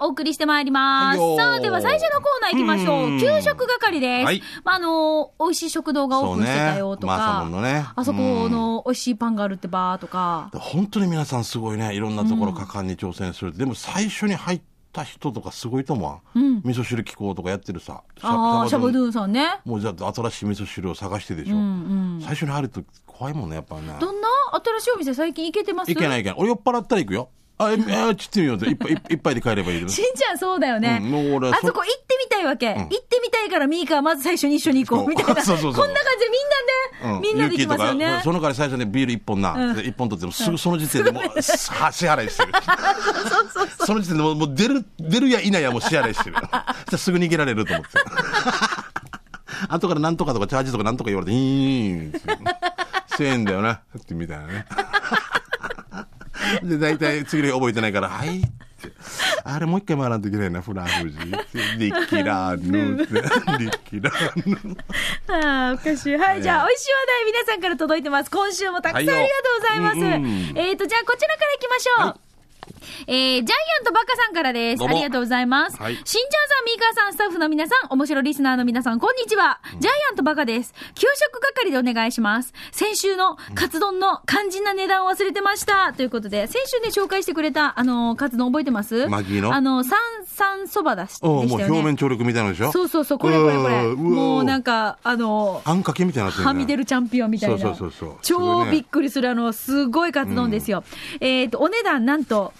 お送りしてまいります。はいよーさあ、では最初のコーナー行きましょうう。ん給食係です。はいまあ、あのー、美味しい食堂がオープンしてたよとそうねマーサか、モンのねあそこの美味しいパンがあるってばとか、本当に皆さんすごいね、いろんなところ果敢に挑戦する。でも最初に入った人とかすごいと思わん。うん味噌汁機構とかやってるさ。ああ、シャバドン。ゥンさんね。もうじゃあ新しい味噌汁を探してでしうょ。んうん。最初に入ると怖いもんね、やっぱね。どんな新しいお店最近行けてます。いけないいいけない。俺酔っ払ったら行くよ。あ、え、え、ちってみようぜ。一杯、一杯で帰ればいいでしす。んちゃんそうだよね。うんもう俺はあそそこ行ってみたいわけ。行ってみたいからミーカーまず最初に一緒に行こう。そうみたいな。 そうそうそうこんな感じでみんなうね、みんなで行きますよユッキーとねか。その代わり最初にビール一本な。うんで一本取ってもすぐその時点でもう、さあ支払いしてる。その時点でもうもう出る、出るや否やもう支払 いしてる。そしたらすぐ逃げられると思って。 後からなんとかとかチャージとかなんとか言われて、いいいいいいいいい1000円だよな。ってみたいなね。 で、大体次の日覚えてないから、はいって。あれもう一回回らんといけないな、フラフジ。リッキラーヌって。リッキラーヌ。ああ、おかしい。はい、じゃあ、美味しい話題皆さんから届いてます。今週もたくさんありがとうございます。はいようんえっ、と、じゃあ、こちらから行きましょう。はえージャイアントバカさんからです。どうあもりがとうございます。はいしんちゃんさん、みーかーさん、スタッフの皆さん、面白リスナーの皆さん、こんにちは。ジャイアントバカです。給食係でお願いします。先週のカツ丼の肝心な値段を忘れてました。ということで、先週ね、紹介してくれた、あのーカツ丼覚えてますマギーのあのー、三三そばだし、でしたおようね。もう表面張力みたいなのでしょそうそうそう、これこれこれ。うわーうわーもうなんか、あのーあんかけみたいになってる、ね、はみ出るチャンピオンみたいな。そうそうそうそう超びっくりする、あの、すごいカツ丼ですよ。えっ、と、お値段なんと、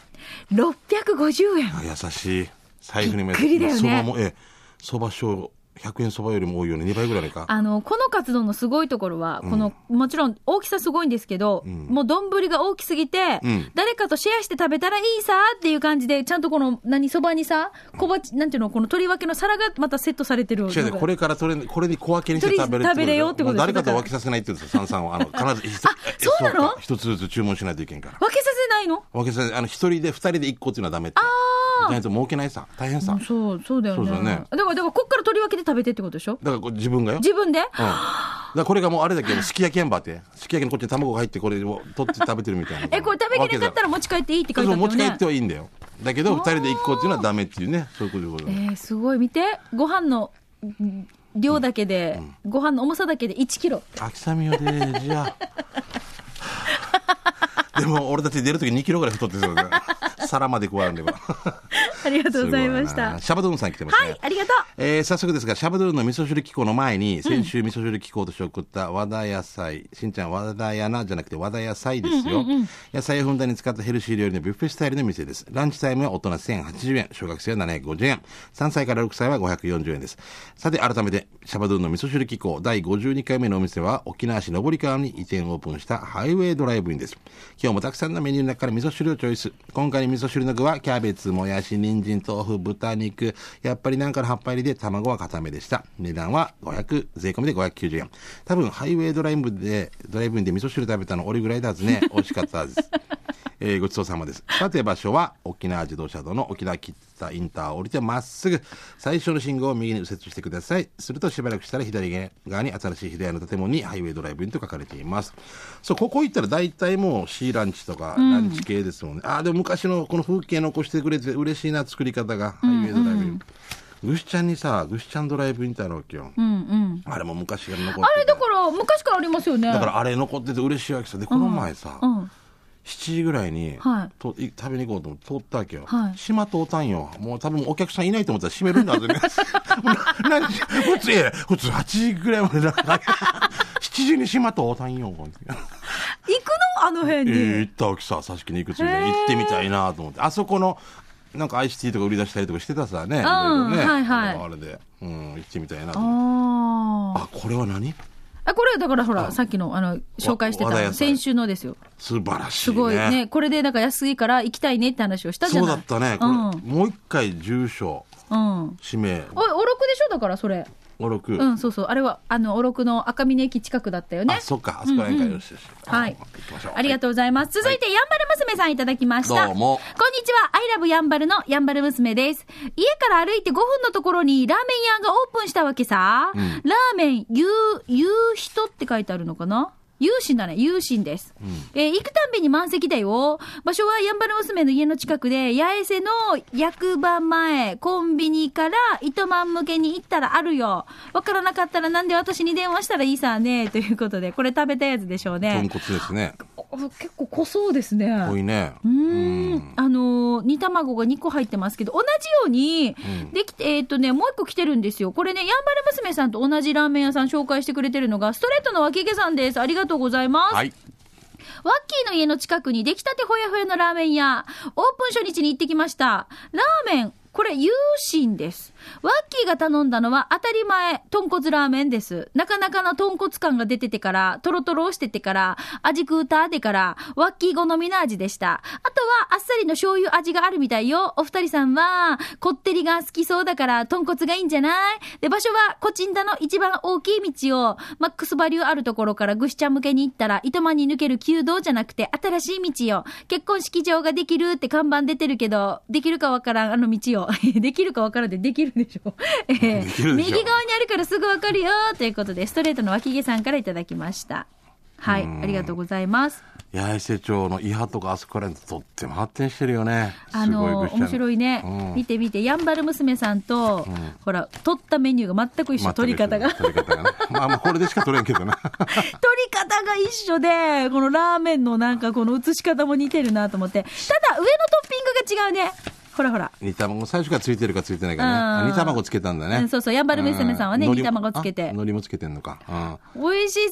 650円。あ優しい財布にも優しいびっくりだよねそばもええそば醤100円そばよりも多いよね2倍ぐらいかあの、このカツ丼のすごいところは、この、もちろん大きさすごいんですけど、もう丼が大きすぎて、うん誰かとシェアして食べたらいいさっていう感じで、ちゃんとこの、何、そばにさ、小鉢、なんていうの、この取り分けの皿がまたセットされてる。違うねこれからそれこれに小分けにして食べるとりあえず食べれよってことでしょもう誰かと分けさせないって言うんですよ三三はあの必 ず一つそうなのえか一つずつ注文しないといけんから分けさせないの分けさせあの一人で二人で一個っていうのはダメってじゃないと儲けないさ大変さだかそう、そうだよね。そうだよねだから、だからこっから取り分けて食べてってことでしょらこう自分がよ自分で、うん、だからこれがもうあれだけどすき焼きやんばってすき焼きのこっちに卵が入ってこれを取って食べてるみたいなえ、これ食べきれなかったら持ち帰っていいって書いてあそうったよ持ね。ち帰ってはいいんだよだけど二人で一個っていうのはダメっていうねそういうことでございえますー、すごい。見て、ご飯のうん量だけで、ご飯の重さだけで1キロ。秋雨よでじ ゃあでも俺たち出るとき2キロぐらい太ってそうだね皿まで加わるんでばありがとうございましすごた。なはシャバドゥンさん来てますね、い、ありがとえー早速ですが、シャバドゥンの味噌汁機構の前に、先週味噌汁機構として送った和田野菜、しんちゃん和田やなじゃなくて和田野菜ですよ、野菜をふんだんに使ったヘルシー料理のビュッフェスタイルの店です。ランチタイムは大人1080円、小学生は750円、3歳から6歳は540円です。さて、改めて、シャバドゥンの味噌汁機構第52回目のお店は、沖縄市登川に移転オープンしたハイウェイドライブインです。今日もたくさんのメニューの中から味噌汁をチョイス。今回の味噌汁の具は、キャベツ、もやし、人参、豆腐、豚肉、やっぱりなんかの葉っぱ入りで卵は固めでした。値段は500、税込みで590円。多分、ハイウェイドライブで、ドライブインで味噌汁食べたの俺ぐらいだは ずね。美味しかったです。えーごちそうさまです。さて場所は沖縄自動車道の沖縄北インターを降りてまっすぐ最初の信号を右に右折してください。するとしばらくしたら左側に新しい左屋の建物にハイウェイドライブインと書かれています。そう、ここ行ったら大体もうシーランチとかランチ系ですもんね。ああ、でも昔のこの風景残してくれて嬉しいな作り方がハイウェイドライブイン。ぐしちゃんにさ、ぐしちゃんドライブインってあるわけよ。う。うんうん。あれも昔から残ってて。あれ、だから、昔からありますよね。だからあれ残ってて嬉しいわけさ。で、この前さ、うん。 7時ぐらいに、はいとい食べに行こうと思って通ったわけよ、はい島通ったんよもう多分お客さんいないと思ったら閉めるんだぜね な何時普通え普通8時ぐらい までだ7時に島通ったんよこれ行くのあの辺に。えー行ったわけさ佐々木に行くつもりでへー行ってみたいなと思ってあそこのなんかアイスティーとか売り出したりとかしてたさね,、ねはいはいあのあれで、うん、行ってみたいなと思ってああ。あこれは何あ、これだからほら、さっきの、あの、紹介してわ和田野た、菜先週のですよ。素晴らしいすねごいね。これで、だから安いから行きたいねって話をしたじゃそうないだったねこれ、もう一回住所うん。うん。氏名おい、おろくでしょだから、それ。五六、うん、そうそう。あれは、あの、おろくの赤峰駅近くだったよね。あ、そっか、あそこら辺からよしよし。はい行きましょう。ありがとうございます。続いて、やんばる娘さんいただきました。どうもこんにちは。アイラブやんばるのやんばる娘です。家から歩いて5分のところにラーメン屋がオープンしたわけさ。ラーメン、ゆう、ゆう人って書いてあるのかな有心だね、有心です。えー行くたんびに満席だよ。場所はやんばる娘の家の近くで、八重瀬の役場前、コンビニから糸満向けに行ったらあるよ。わからなかったらなんで私に電話したらいいさね。ということで、これ食べたやつでしょう豚ね。骨ですね。お結構濃そうですね。多いね。うーんあのー煮卵が2個入ってますけど、同じように、できて、えーっとね、もう1個来てるんですよ。これね、やんばる娘さんと同じラーメン屋さん紹介してくれてるのが、ストレートの脇毛さんです。ありがとうございます。はい。ワッキーの家の近くにできたてほやほやのラーメン屋、オープン初日に行ってきました。ラーメン、これ、有心です。ワッキーが頼んだのは当たり前、豚骨ラーメンです。なかなかの豚骨感が出ててから、トロトロしててから、味食うたでから、ワッキー好みの味でした。あとは、あっさりの醤油味があるみたいよ。お二人さんは、こってりが好きそうだから、豚骨がいいんじゃないで、場所は、コチンダの一番大きい道を、マックスバリューあるところからぐしちゃん向けに行ったら、糸満に抜ける旧道じゃなくて、新しい道よ。結婚式場ができるって看板出てるけど、できるかわからん、あの道を。 できるかわからんで、できるでしょ。 ええできるでしょ右側にあるからすぐわかるよ、ということで、ストレートの脇毛さんからいただきました。はい、ありがとうございます。八重瀬町の伊波とかあそこら辺とっても発展してるよね。あのすごい面白いね、うん見て見て、やんばる娘さんと、ほら、取ったメニューが全く一緒、取り方 が。取り方がね。まあまあこれでしか取れんけ どな。取り方が一緒で、このラーメンのなんかこの写し方も似てるなと思って。ただ、上のトッピングが違うね。ほらほら。煮卵、最初からついてるかついてないかね。うんあ煮卵つけたんだうねん。そうそうやんばる娘さんはねう煮卵つけてあ海苔もつけてんのか。美味し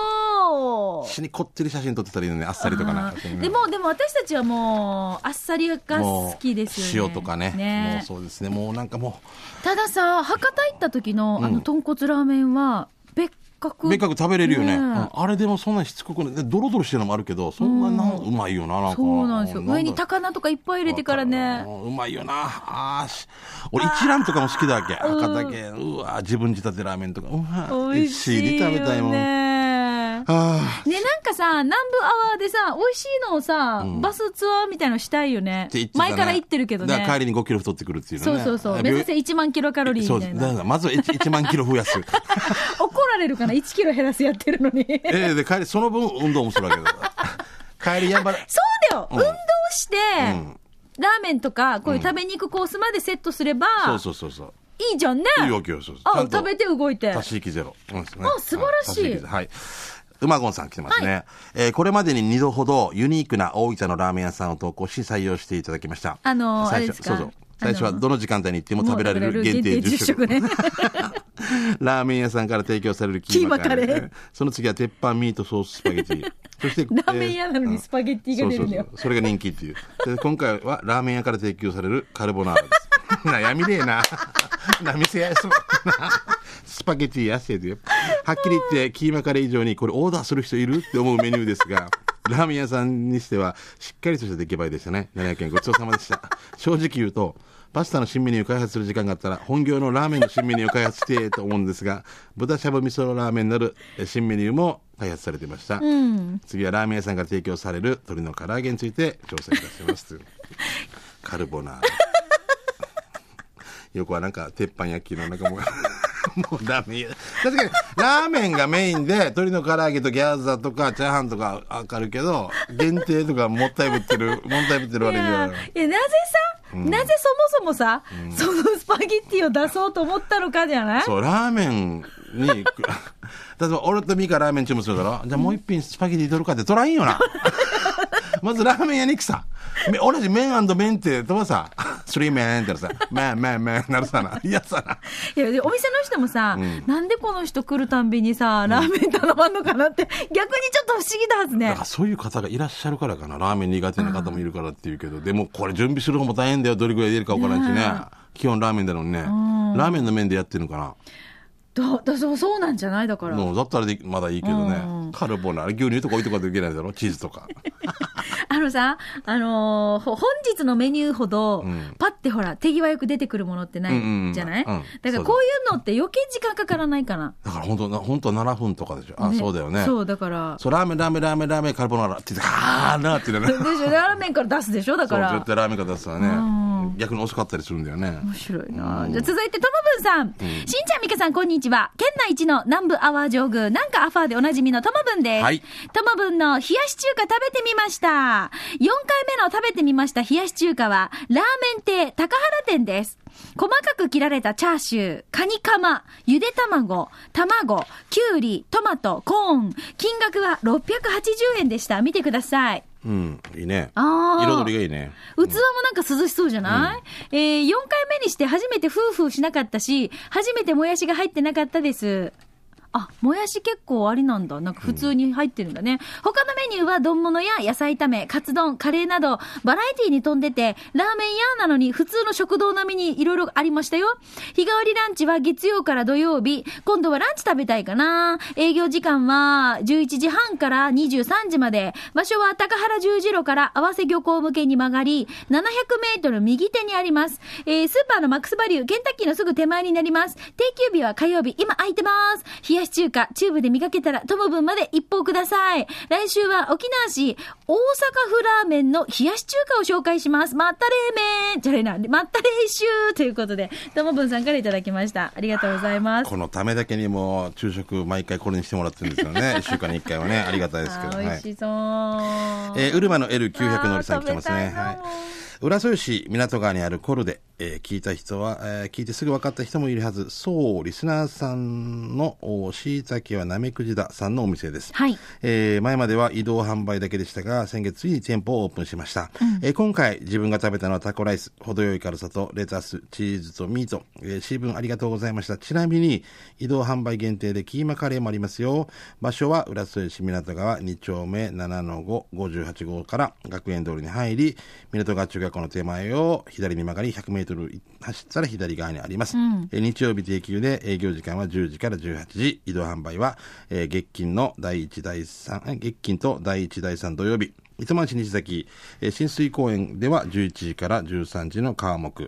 そうん。う死にこってり写真撮ってたらいいのね。あっさりとかなあ。ーでも、でも私たちはもう、あっさりがもう好きですよね。塩とかねもうそうですね。もうなんかもたださ、博多行った時の、あうの、ん豚骨ラーメンは、別格。う、別格食べれるよね。えうんあれでもそんなにしつこくない。でドロドロしてるのもあるけど、そんななんうまいよな、なんか。そうなんですよ。だ上に高菜とかいっぱい入れてからね。うんうまいよな。あーし俺、一蘭とかも好きだわけ。博多県。うわ自分仕立てラーメンとか。うわ美味しい一よ緒に食べたいもん。あね。ね、なあ。んかさ、南部アワーでさ、美味しいのをさ、バスツアーみたいのしたいよね。って言ってたね前から言ってるけどだからね。帰りに5キロ太ってくるっていうのそうね。そうそう。あ目病指せ1万キロカロリーそうみたでいすだかな。らまずは 1, 万キロ増やす。怒られるかな ?1 キロ減らすやってるのに。そうだ ええで、帰り、その分運動もするわけだ。 帰りやんばる。よ、うん運動して、うんラーメンとか、こういう食べに行くコースまでセットすれば、そうそうそうそう。いいじゃんね。いいわけよ、そうそうちゃあ、んと食べて動いて。足し引きゼロ。うんですねあ素晴らしいは足引きゼロはい。馬ゴンさん来てますね、えーこれまでに2度ほどユニークな大分のラーメン屋さんを投稿し採用していただきました。あのー最あれです初かそうそう。最初はあのーどの時間帯に行っても食べられる限定10食。ね。 ラーメン屋さんから提供されるキーマカレー。キーマカレーその次は鉄板ミートソーススパゲテ ィ。そして、ラーメン屋なのにスパゲッティが出るそんだうそうよそ。うそれが人気っていうで今回はラーメン屋から提供されるカルボナーラです 悩みねえな な店やそうなスパゲティ安いではっきり言ってキーマカレー以上にこれオーダーする人いるって思うメニューですがラーメン屋さんにしてはしっかりとした出来栄えでしたね700円ごちそうさまでした正直言うとパスタの新メニューを開発する時間があったら本業のラーメンの新メニューを開発してと思うんですが豚しゃぶ味噌ラーメンなる新メニューも開発されていました、次はラーメン屋さんが提供される鶏の唐揚げについて調査いたしますカルボナーラ よくはなんか鉄板焼きのなんかもう もうラーメン屋確かにラーメンがメインで鶏の唐揚げとギャーザとかチャーハンとかわかるけど限定とかもったいぶってるも ったいぶってるい割にやは。いやなぜさ、なぜそもそもさ、そのスパゲッティを出そうと思ったのかじゃないそう、ラーメンに、 例えば俺とミカラーメン注文するだろじゃあもう一品スパゲティ取るかって取らん よな。まずラーメン屋に行くさ。め俺たち麺麺ってとばさ、 スリーメンってなるさ、麺麺麺なるさな。いやさな。いやでお店の人もさ、なんでこの人来るたんびにさ、ラーメン頼まんのかなって、逆にちょっと不思議だはずだねから。そういう方がいらっしゃるからかな。ラーメン苦手な方もいるからっていうけど、でもこれ準備する方も大変だよ。どれぐらい出るかわからんしね。基本ラーメンだのにね。ラーメンの麺でやってるのかだだそうそうなんじゃないだかな。ら。もうだったらでまだいいけどね。カルボナーラ、牛乳とか置いとかといけないだろチーズとか。あのさ、あのーほ本日のメニューほど、パってほら、手際よく出てくるものってなうんうんういんじゃない、うんだからこういうのって余計時間かからないかな。だから本当な、本当は7分とかでしょ。あ、ねそうだよね。そう、だから。そう、ラーメン、ラーメン、ラーメン、ラーメン、カルボナーラって言って、あーなーって言うでね。しょラーメンから出すでしょだそかう、ら。絶対ラーメンが出すわうね。逆に遅かったりするんだよね。面白いな。じゃあ続いて、ともぶんさん。しんちゃん、みかさん、こんにちは。県内一の南部アワー上宮、なんかアファーでおなじみのともぶんです。はいともぶんの冷やし中華食べてみました。4回目の食べてみました冷やし中華は、ラーメン亭高原店です。細かく切られたチャーシュー、カニカマ、ゆで卵、卵、きゅうり、トマト、コーン。金額は680円でした。見てください。うん、いいね。あー彩りがいいね。器もなんか涼しそうじゃない、えー、4回目にして初めてフーフーしなかったし、初めてもやしが入ってなかったです。あ、もやし結構ありなんだ。なんか普通に入ってるんだね。他のメニューは丼物や野菜炒め、カツ丼、カレーなど、バラエティに飛んでて、ラーメン屋なのに普通の食堂並みにいろいろありましたよ。日替わりランチは月曜から土曜日、今度はランチ食べたいかな。営業時間は11時半から23時まで、場所は高原十字路から合わせ漁港向けに曲がり、700メートル右手にあります。えー、スーパーのマックスバリュー、ケンタッキーのすぐ手前になります。定休日は火曜日、今空いてます。冷やし中華、チューブで見かけたら、とも分まで一報ください。来週は沖縄市、大阪府ラーメンの冷やし中華を紹介します。まったれーめんじゃれなんで、まったれーしゅーということで、ともぶんさんからいただきました。ありがとうございます。このためだけにもう昼食毎回これにしてもらってるんですよ ね。一週間に一回はね、ありがたいですけあどーね。美味しそう。えー、ウルマの L900 のりさん来てますあーね。食べたいなはい。浦添市港川にあるコルで、えー聞いた人は、えー聞いてすぐ分かった人もいるはず、そう、リスナーさんの、お椎茸はなめくじださんのお店です。はいえー前までは移動販売だけでしたが、先月ついに店舗をオープンしました。えー今回自分が食べたのはタコライス、程よい軽さとレタス、チーズとミート、えー、シーブンありがとうございました。ちなみに、移動販売限定でキーマカレーもありますよ。場所は浦添市港川2丁目7の5、58号から学園通りに入り、港川中学校の手前を左に曲がり、100メートル走ったら左側にあります。えー日曜日定休で営業時間は10時から18時、移動販売は、えー月金の第1、第3、え月金と第1、第3土曜日。糸満市西崎、えー、浸水公園では11時から13時の川目、え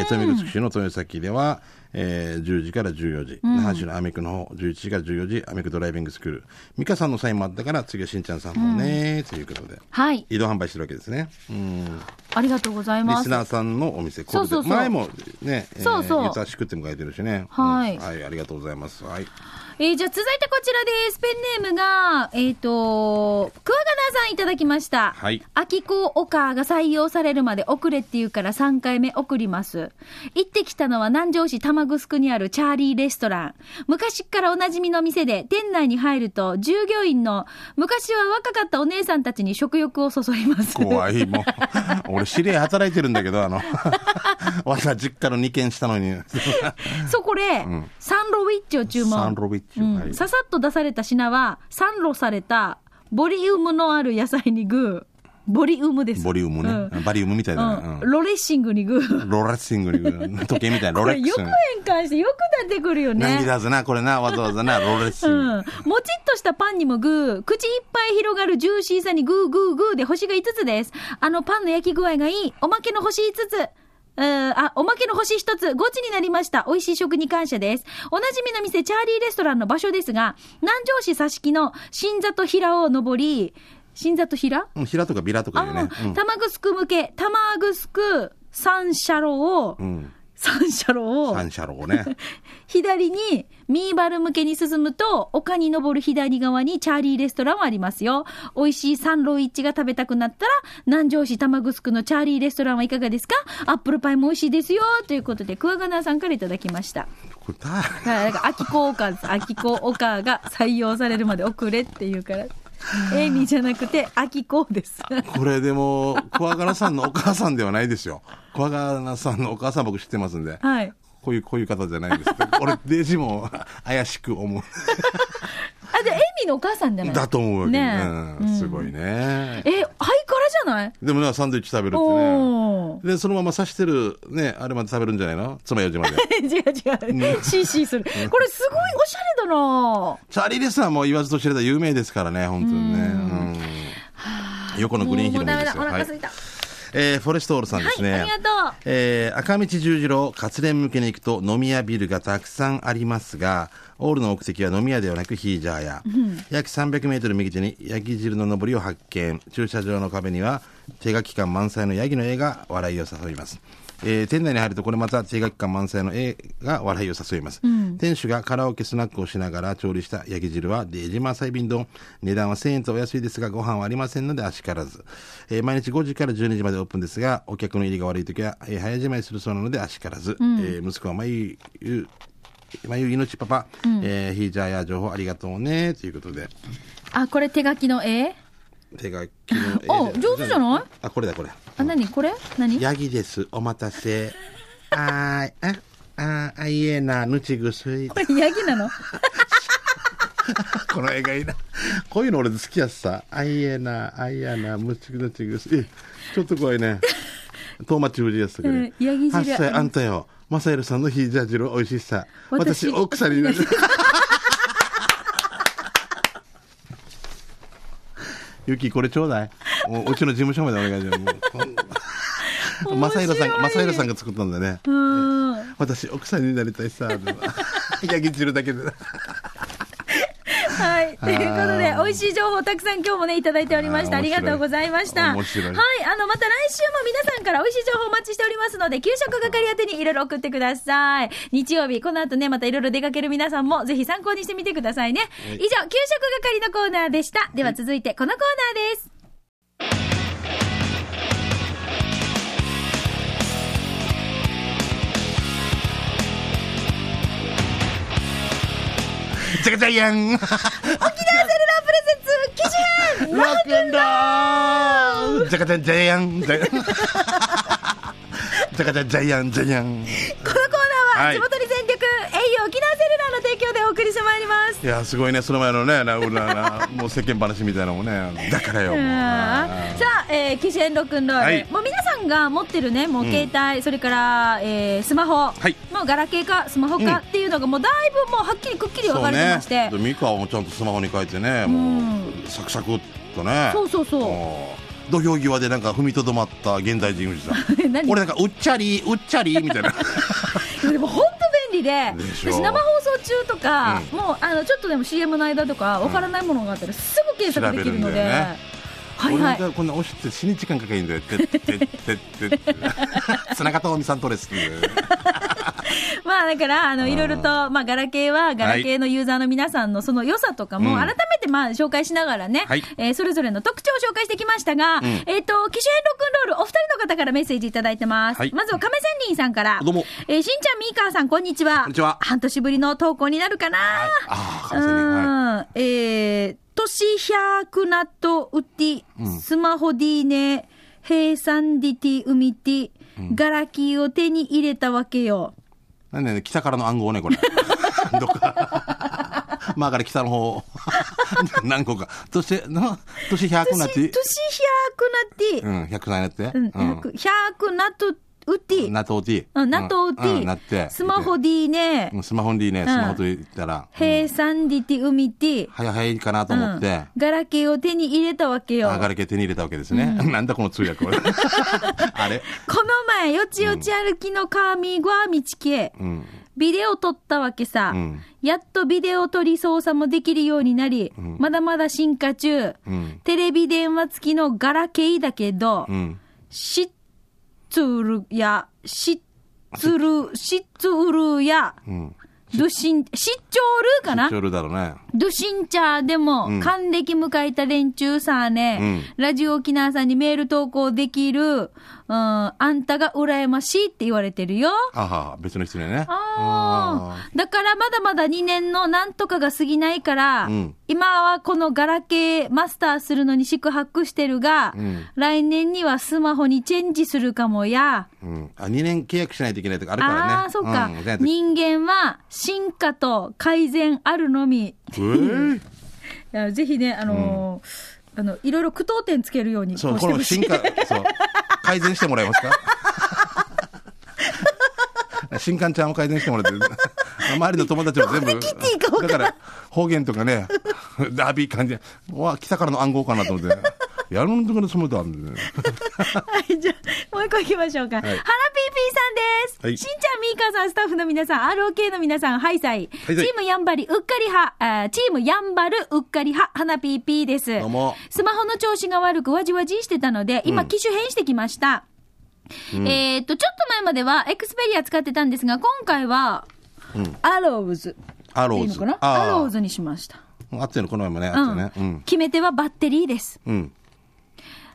ー、富城市の豊崎では、えー10時から14時、那覇市のアメクの方、11時から14時、アメクドライビングスクール。美香さんのサインもあったから、次はしんちゃんさんもね、ということで。はい。移動販売してるわけですね。うん。リありがとうございますス。ナーさんのお店、これそうでそうそう前もね、えー、そうそうゆたしくっても書いてるしね。はいうんはい、ありがとうございます。はい。えーじゃあ続いてこちらです。ペンネームが、えっ、と、クワガナーさんいただきました。はい秋子オカーが採用されるまで遅れって言うから3回目送ります。行ってきたのは南城市玉城にあるチャーリーレストラン。昔っからおなじみの店で、店内に入ると従業員の昔は若かったお姉さんたちに食欲をそそります。怖い、もう。 俺、知り合い働いてるんだけど、あの、 わざ実家の2軒したのに。そう、これ、サンロウィッチを注文。サンロウィッチうんはいささっと出された品は、サンロされた、ボリウムのある野菜にグー。ボリウムです。ボリウムね。うんバリウムみたいだね。うんうんロレッシングにグー。ロレッシングに、時計みたいな、ロ こレれックよスく。変換して、よく出てくるよ何ね。だぜな、これな、わざわざな、ロレッシうング。ん、もちっとしたパンにもグー、口いっぱい広がるジューシーさにグーグーグーで星が5つです。あのパンの焼き具合がいい、おまけの星5つ。うーあ、おまけの星1つ、ゴチになりました。美味しい食に感謝です。おなじみの店、チャーリーレストランの場所ですが、南城市佐敷の新里平を登り、新里平うん平とかビラとかあいうね。うあ、ん玉城向け、玉城三社路を、ん三社路を、三社郎ね。左に、ミーバル向けに進むと、丘に登る左側にチャーリーレストランはありますよ。美味しいサンロイッチが食べたくなったら、南城市玉城のチャーリーレストランはいかがですかアップルパイも美味しいですよ。ということで、クワガナーさんからいただきました。これだだから、なんか、秋子オカー、秋子オカーが採用されるまで遅れっていうから、エイミーじゃなくて、秋子です。これでも、クワガラさんのお母さんではないですよ。クワガラさんのお母さん僕知ってますんで。はい。こういう、こういう方じゃ ないです。俺、デジも怪しく思う。あ、で、エイミーのお母さんじゃないだと思うわけ。ねうえんすごいね。え、ハイカラじゃないでもな、サンドイッチ食べるっておね。で、そのまま刺してる、ね、あれまで食べるんじゃないの爪楊枝まで。 違う違う。シーシーする。これすごいおしゃれだなチャーリーレスはもう言わずと知れた有名ですからね、本当にね。うん横のグリーンヒルもいいですよ。もうダメだお腹は空いたえーフォレストオールさんですね。はいありがとうえー赤道十字路、活連向けに行くと飲み屋ビルがたくさんありますが、オールの目的は飲み屋ではなくヒージャー屋。約300メートル右手に焼き汁の上りを発見。駐車場の壁には、手書き感満載のヤギの絵が笑いを誘います。えー店内に入るとこれまた手書き感満載の絵が笑いを誘います、店主がカラオケスナックをしながら調理した焼き汁は出島サイビン丼値段は1000円とお安いですがご飯はありませんのであしからず、えー毎日5時から12時までオープンですがお客の入りが悪い時は、えー早じまいするそうなのであしからず、えー息子は毎夕まゆ命パパ、えーヒージャーや情報ありがとうねということであ、これ手書きの絵手書きの絵であ上手じゃないあこれだこれあ、何これ 何ヤギですお待たせあーいあああいえなぬちぐすいこれヤギなの この絵がいいなこういうの俺好きやっさあいえなあいやなむちぐちぐすいえちょっと怖いねトーマチブリやっさこうれ、んヤギ汁8歳あんたよマサエルさんのヒージャー汁美味しさ私私奥さん になるユキこれちょうだいもううちの事務所までお願いしますもうこんなマサエルさんマサエルさんが作ったんだねうん。私奥さんになりたいさヤギ汁だけではい。ということで、美味しい情報たくさん今日もね、いただいておりました。ああーり面白いがとうございました。面白いはい。あの、また来週も皆さんから美味しい情報お待ちしておりますので、給食係宛てにいろいろ送ってください。日曜日、この後ね、またいろいろ出かける皆さんも、ぜひ参考にしてみてくださいね。以上、給食係のコーナーでした。では続いて、このコーナーです。ジャカジャイアンロセルラープレゼンツ、記事編ックンロールジャカジャジャイアンジャイアンジャカジャジャイアンジャイアンこのコーナーははい地元に全力、栄養沖縄セルラーの提供でお送りしてまいります。いやすごいねその前のねラウラなもう世間話みたいなのもねだからよもうさあ、えー、機種ロックンロール、はいもう皆さんが持ってるね、もう携帯、それから、えースマホ、はいもうガラケーかスマホかっていうのが、もうだいぶもうはっきりくっきり分そかうれてねまして、でミカもちゃんとスマホに書いてねもうサクサクっとねそうそうそうもう土俵際でなんか踏みとどまった現代人藤さ ん何俺なんかうっちゃりうっちゃりみたいないやでも本当便利で、でしょ私、生放送中とか、もうあのちょっとでも CM の間とか、分からないものがあったら、すぐ検索できるの調べるんで。だよねはいはい俺がこんな押して死に時間かけばいいんだよ。てってってって って。田中智美さんとです。 まあだから、あの、いろいろと、まあ、ガラケーは、ガラケーのユーザーの皆さんのその良さとかも、うん改めて、まあ、紹介しながらね、はいえーそれぞれの特徴を紹介してきましたが、んえっ、と、機種変ロックンロール、お二人の方からメッセージいただいてます。はいまずは、亀仙人さんから。どうもえーしんちゃん、みーかーさん、こんにちは。こんにちは半年ぶりの投稿になるかな、ああ、う完全に。はん、えー、としひゃくなとうって、スマホディーネ、ヘイサンディティウミティ、ガラキーを手に入れたわけよ。い。なんでね、北からの暗号ね、これ。どっか。まあから北の方。 何個か。そして、な、年100なっ年、年て。 100うなって、ん、100歳になって。うん、100 100なとうって、なとうて。うん、なとうてうんなって。スマホでいいねう、ん。スマホでいいね。スマホと言ったら。へいさんでてうみて、早い早いかなとうん思って。ガラケーを手に入れたわけよ。上がり系手に入れたわけですね。 なんだこの 通訳は。あれこの前、よちよち歩きのカーミーゴアミチケ、うん。ビデオ撮ったわけさ、んやっとビデオ撮り操作もできるようになり、まだまだ進化中、うん。テレビ電話付きのガラケーだけど、うん。シッツールや、シッツール、シッツールや、うん。ドゥシン、シッチョールかなちょるだろうね。ドゥシンチャーでも、ん還暦迎えた連中さあね、ラジオ沖縄さんにメール投稿できる、うん、あんたが羨ましいって言われてるよ。ああ、別の人にね。あーだからまだまだ2年のなんとかが過ぎないから、うん今はこのガラケーマスターするのに宿泊してるが、ん来年にはスマホにチェンジするかもや。あ。うん。あ、2年契約しないといけないとかあるからね。ああー、そうか、んじゃないと人間は進化と改善あるのみ。えーいやぜひね、あのーあの、いろいろ苦闘点つけるようにそう、こしこてのほしい進化、そう。改善してもらえます か新刊ちゃんも改善してもらって、 周りの友達も全部、どこで切っていいか分だかからんら方言とかね、ダービー感じ、うわ、北からの暗号かなと思って、やるのところで住むとあるんでね。はい、じゃあ、もう一個行きましょうか。ハラピーさんです。はいしんちゃん、みーかんさん、スタッフの皆さん、ROK の皆さん、ハイサイ。チハイサイームやんばり、うっかり派、あーチームやんばる、うっかり派、花ピーピーです。どうもスマホの調子が悪く、わじわじしてたので、今、機種変してきました。えーっと、ちょっと前までは、エクスペリア使ってたんですが、今回は、アローズ。アロいいーのズ。かなあアローズにしました。あってるの、この前もね、あうったよね。うんん。。決め手はバッテリーです。うん。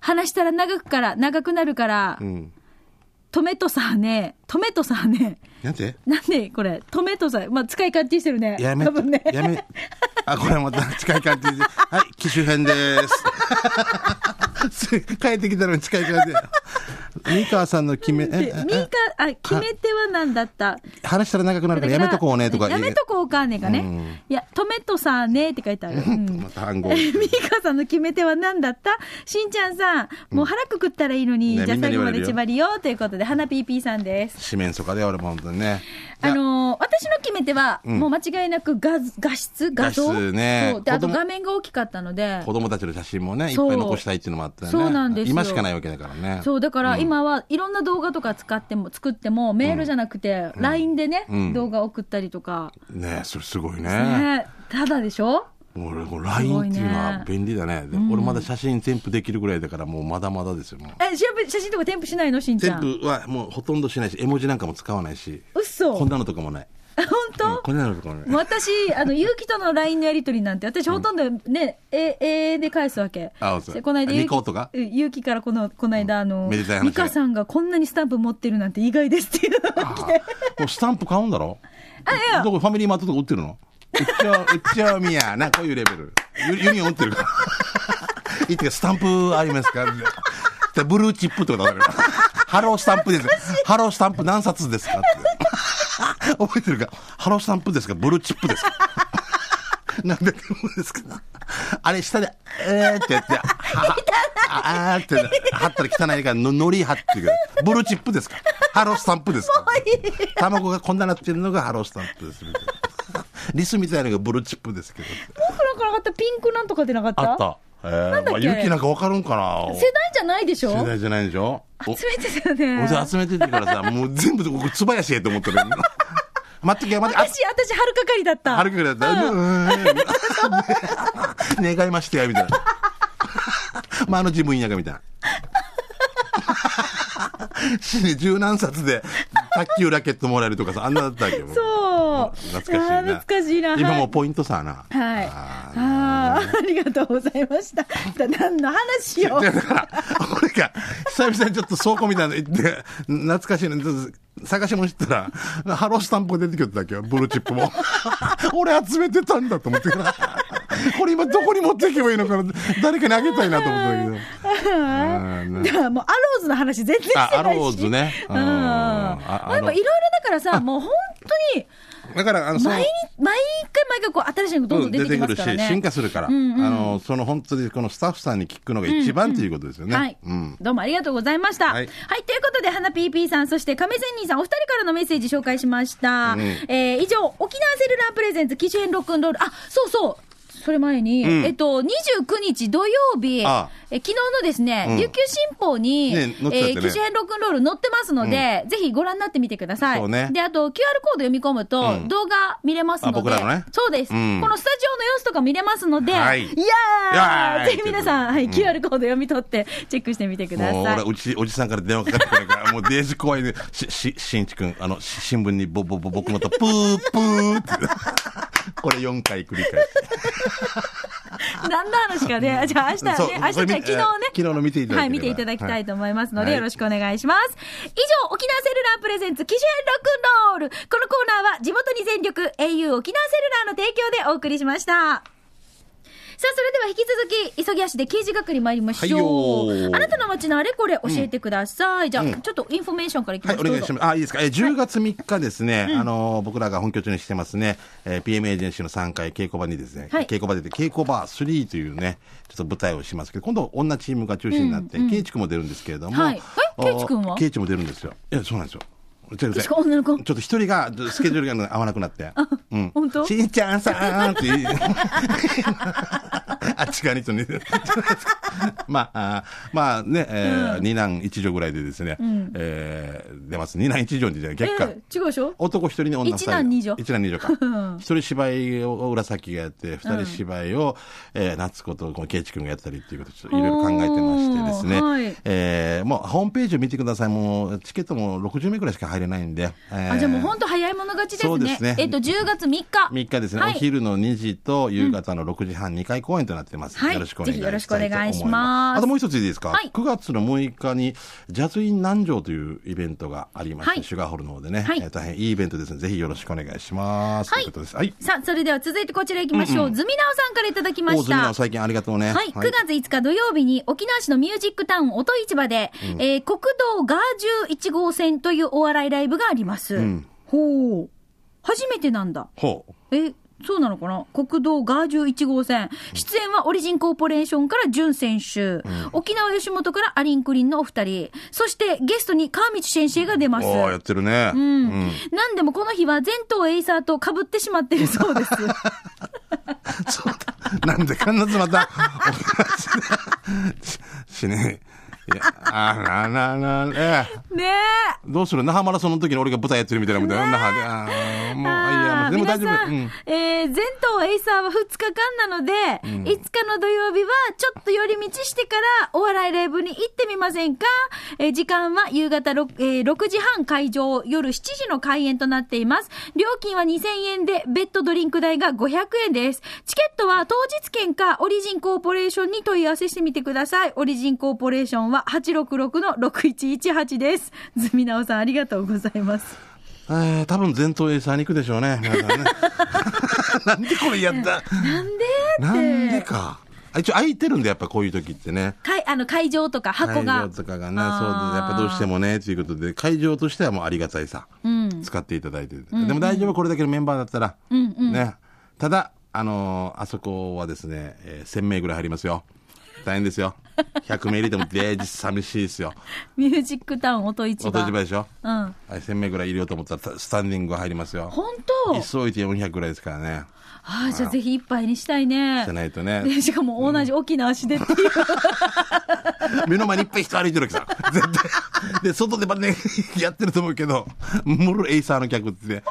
話したら長くから、長くなるからう、ん。止めとさね、止めとさね、 なんてなんでこれ、止めとさ、まあ、使い勝手してるね。やめ、多分ね。やめ。あ、これまた近い感じで。はい、機種編です。帰ってきたのに近い感じで。三川さんの決め、でえ、ミーえカ、あ、決め手は何だったえ話したら長くなるからやめとこうねとかや言めえとこうかねがね。いや、止めとさねって書いてある。うんまた暗号。ミーカさんの決め手は何だったしんちゃんさん、もう腹くくったらいいのに、ねじゃあみんな最に後言わまれるでよ縛りよということで、花ピーピーさんです。四面楚歌で俺も本当にね。あのー私の決め手は、もう間違いなく画ず画質、画像画質ねそうであと子供画面が大きかったので、子供たちの写真もね、いっぱそうい残したいっていうのもあったよね。そうなんですよ今しかないわけだからね。そうだから今はいろんな動画とか使っても、作っても、メールじゃなくて、LINE でね、うん動画送ったりとか、ねえ、それすごいね。ね、ただでしょ、俺、もすうご LINE いねっていうのは便利だね。で俺まだ写真添付できるぐらいだから、もうまだまだですよ。もうえ調べ写真とか添付しないの、しんちゃ添ん。付はもうほとんどしないし、絵文字なんかも使わないし。うっそ、こん 本なのとかもない。当、うんこんなのとかもない。私、あの、ゆうきとの LINE のやりとりなんて、私ほとんどね、え、えで返すわけ。あそうでこの間、ゆうリコートがき、うんゆうきからこの、この間、あの、めでたい話ミカさんがこんなにスタンプ持ってるなんて意外ですっていう のが来て。もうスタンプ買うんだろどこファミリーマートとか売ってるのうっちょ、うっちょみやな、こういうレベル。ユユニオン売ってるから。いってか、スタンプありますかでブルーチップってことだから。ハロースタンプです。ハロースタンプ何冊ですかって。覚えてるかハロースタンプですかブルーチップですかなんでですかあれ、下で、えーってやって、はああーって貼ったら汚いから、ののり貼ってくる。ブルーチップですかハロースタンプですか卵がこんななってるのがハロースタンプですみたいな。リスみたいなのがブルーチップですけど。僕なんかなかったピンクなんとかでなかったあった。えなんー、だっまあ、けユキなんかわかるんかな世代じゃないでしょ世代じゃないでしょお集めてたよね。俺私、私、集めててからさ、もう全部僕、つばやしへと思ってる。待ってけ、待って、あ春かかりだった。はるくらいだったら、うん願いましてや、みたいな。まあ、あの自分やが、みたいな。死に十何冊で卓球ラケットもらえるとかさ、あんなだったわけよ。そう。懐かしいあーな懐かしいな。今はいもうポイントさな。はい。あああー、ありがとうございました。だ何の話ーを。 だから、俺が、久々にちょっと倉庫みたいなの行って、懐かしいの、ちょっと探し物してたら、ハロースタンプが出てきよったわけよ、ブルーチップも。 俺集めてたんだと思ってから、これ今どこに持っていけばいいのかな、誰かにあげたいなと思ったんだけど。 うんだからもうアローズの話全然してないし。あアローズねう。うんんまあああでのもいろいろだからさ、もう本当に、だから、あの、その毎日、毎回毎回こう新しいのがどんどうんん出出ててきくまするしからね。、進化するから、うんうんあの、その本当にこのスタッフさんに聞くのが一番ということですよね。はい、うんどうもありがとうございました。は。はいいということで、花ピーピーさん、そして亀仙人さん、お二人からのメッセージ紹介しました。うんえー以上、沖縄セルラープレゼンツ、機種編ロックンロール。あ、そうそう。それ前に、んえっと、29日土曜日、ああえ昨日のですね、うん琉球新報に、ね載ってたえよねー機種編ロックンロール載ってますので、ぜひご覧になってみてください。そうねで、あと、QR コード読み込むと、うん動画見れますので、あ僕らのねそうです、うんこのスタジオの様子とか見れますので、はいいやーやーいぜひ皆さん、はい、うん QR コード読み取って、チェックしてみてください。もう俺、うち、おじさんから電話かかってくるから、もうデージ怖いね。し、し、しんちくん、あの、し新聞にぼぼぼ僕のと、ぷーぷーって。これ4回繰り返す。何の話かね、じゃあ明日ね、そう明日じゃないこれ見昨日ね。えー昨日の見ていただければはい、見ていただきたいと思いますので、はいよろしくお願いします。以上、沖縄セルラープレゼンツ、機種編ロックンロール。このコーナーは、地元に全力、au 沖縄セルラーの提供でお送りしました。さあ、それでは引き続き、急ぎ足で刑事係参りましょう。はいよーあなたの街のあれこれ教えてください。じゃあ、ちょっとインフォメーションからいきまはしい、ょおう。願いします。あ、いいですか。えー、10月3日ですね、あのー僕らが本拠地にしてますね、えー PM エージェンシーの3階稽古場にですね、はい稽古場で稽古場3というね、ちょっと舞台をしますけど、今度女チームが中心になって、ケイチ君も出るんですけれども、はいえケイチ君はおケイチも出るんですよ。いや、そうなんですよ。ちょっとしかも女の子ちょっと一人が、スケジュールが合わなくなって。うん本当しんちゃんさーんって言い。 あっち側にと似てる。 まあ、あーまあね、えー二男一女ぐらいでですね、えー出ます。二男一女にじゃないえ逆か。ー、違うでしょ男一人に女二人。一男二女一男二女か。一人芝居を浦崎がやって、二人芝居を、えー夏子とこのケイチ君がやったりっていうことをちょっといろいろ考えてましてですね。おーはいえーもうホームページを見てください。もうチケットも60名ぐらいしか入れないんで。えーあ、じゃあもう本当早い者勝ちですね。そうですねえっ、と、10月3日。 3日ですね、はいお昼の2時と夕方の6時半、2回公演となってます。はいよろしくお願いしたいとぜひよ思います。ろしくお願いしますあともう一ついいですか、はい9月の6日に、ジャズイン南城というイベントがありまして、はいシュガーホールの方でね、はいえー大変いいイベントですので、ぜひよろしくお願いします。はいということです。はい。さあ、それでは続いてこちら行きましょう。ズミナオさんからいただきまし大津た美奈。最近ありがとうね。はい、9月5日土曜日に沖縄市のミュージックタウン音市場で、えー国道ガー11号線というお笑いライブがあります。んほう。初めてなんだ。ほう。え、そうなのかな国道ガー11号線。出演はオリジンコーポレーションから淳選手、沖縄吉本からアリンクリンのお二人、そしてゲストに川道先生が出ます。おーやってるね。うんうんなんでもこの日は全頭エイサーと被ってしまってるそうです。そうだ。 なんでかんなつまた、 死ねえ。いや、あらららら。ねえ。どうする那覇マラソンの時に俺が舞台やってるみたいなもんだよ。那覇で。あーもう、あいや、まああーでも皆大丈さ夫。ん、うん。えー、前頭エイサーは2日間なので、5日の土曜日はちょっと寄り道してからお笑いライブに行ってみませんか、えー時間は夕方 6,、えー6時半会場、夜7時の開演となっています。料金は2000円で、ベッドドリンク代が500円です。チケットは当日券かオリジンコーポレーションに問い合わせしてみてください。オリジンコーポレーションは866-6118です。ズミナオさんありがとうございます。えー多分前頭エイサーに行くでしょうね。皆さんね なんでこれやったなんでなんでか。あ一応空いてるんで、やっぱこういう時ってね。会あの会場とか箱会が。場とかがね、あそうーで、やっぱどうしてもね、ということで、会場としてはもうありがたいさ。うん。使っていただいて、でも大丈夫これだけのメンバーだったら、んね、ただあのーあそこはですね、えー1000名ぐらい入りますよ大変です よ100名入れてもデージ寂しいですよミュージックタウン音市おと場。じばでしょ、うん。はい、1000名ぐらい入れようと思ったらスタンディングが入りますよ本椅当子置いて400ぐらいですからねああ、じゃあぜひ一杯にしたいねじゃ。ないとねでしかも同じ沖縄市でっていう。目の前にいっぱい人歩いてるわけさ絶対で外でばね やってると思うけどモルエイサーの客って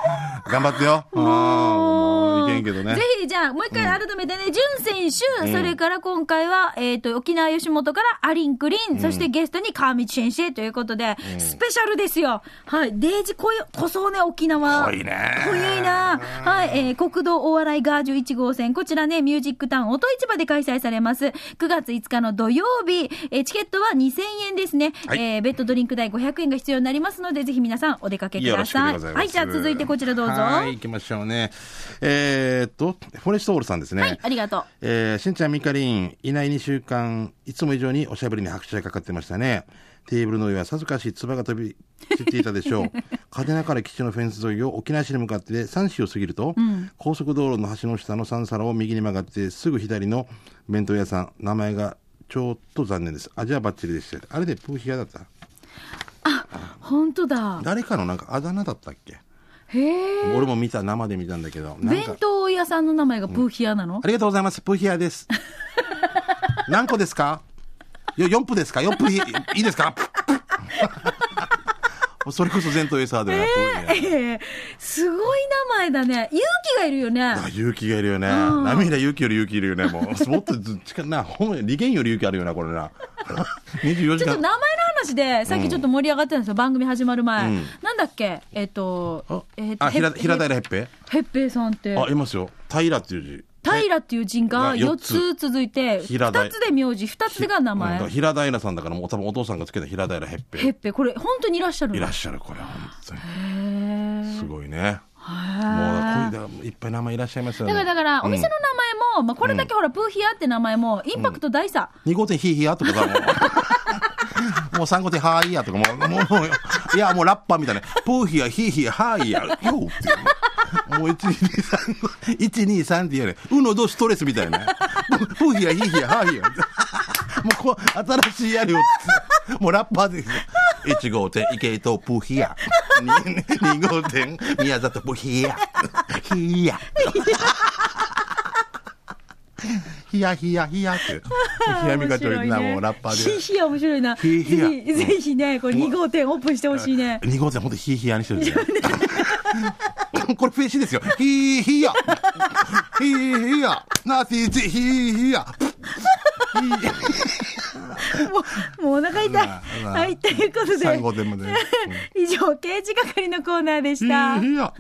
頑張ってよあーもういけんけどねぜひ、じゃあ、もう一回改めてね、ジュン選手、それから今回は、えっと、沖縄吉本からアリンクリン、そしてゲストに川道先生ということで、スペシャルですよ。はい。デージこよこそうね、沖縄。濃いね濃いなはい、えー、国道大洗ガージュ1号線、こちらね、ミュージックタウン音市場で開催されます。9月5日の土曜日、えーチケットは2000円ですね。はいえーベッドドリンク代500円が必要になりますので、ぜひ皆さんお出かけくよろだしくでさい。ございます。はい、じゃあ続いてこちらどうぞ。はい、行きましょうね。えー、っと、フォレストオールさんですね。はい、ありがとう。えー、しんちゃん、みかりん、いない2週間、いつも以上におしゃべりに拍手がかかってましたね。テーブルの上はさぞかし唾が飛び散っていたでしょう。嘉手納から基地のフェンス沿いを沖縄市に向かって3市を過ぎると、高速道路の橋の下の三皿を右に曲がって、すぐ左の弁当屋さん、名前がちょっと残念です。味はバッチリでした。あれでプーヒアだった本当だ。誰かのなんかあだ名だったっけへえ。俺も見た、生で見たんだけど。なんか弁当屋さんの名前がブーヒアなの、ありがとうございます。プーヒ アです。何個ですかよ ?4 分ですか ?4 分いいいです かそれこそ前頭エサーだよな、プーヒええすごい名前だね。勇気がいるよね。アあ勇気がいるよね。涙勇気より勇気いるよね。もう、もっとず近いな、ほんまに利権より勇気あるよな、これ な。24時ちょっと名前間。の話で、さっきちょっと盛り上がってたんですよ、番組始まる前。うんなんだっけえっ、あと、えっ、と、あ、平へ平平へっぺへっぺいさんって、あ、いますよ。平っていう字。平っていう人がが4四つつ続いて、平平2つで名字、2つが名うんだ前から。平平さんだから、もう多分お父さんがつけた平平へっへっぺ。ぺい、これ、本当にいらっしゃるのいらっしゃる、これ、本当に。へーすごいね。もうはー、こういういっぱい名前いらっしゃいますよだね。から、だから、おうん店の名前も、まあ、これだけほら、プーヒアって名前も、インパクト大差。二号店ヒーヒーやとかさ、もう。 もう三号店はーいやとか、もう、もうもう、いや、もうラッパーみたいな。プーヒーや、ヒーヒー、はーいや、よーって。もう一二三一二三って言うね。うのどストレスみたいなね。ププーヒーや、ヒーヒー、はーいや。もうこう、新しいやるよって。もうラッパーですよ。1号店、池井とプーヒーや。2号店、宮里プーヒーや。ヒーや。ヒヤヒヤヒヤって。ヒヤミカチョリな、もうラッパーで。ひひや面白いな。ひひやぜひ、ぜひね、これ2号店オープンしてほしいね。二号線、本当ヒーヒーヤにしてるんですよ。 これ、フェイシーですよ。ヒーヒーヤ。ヒーヒーヤ。ナーティーチ、ヒーヒーヤ。もう、もうお腹痛い。う んはい、ということで。三号店まで。以上、刑事係のコーナーでしヒたーヒ。ーヤ。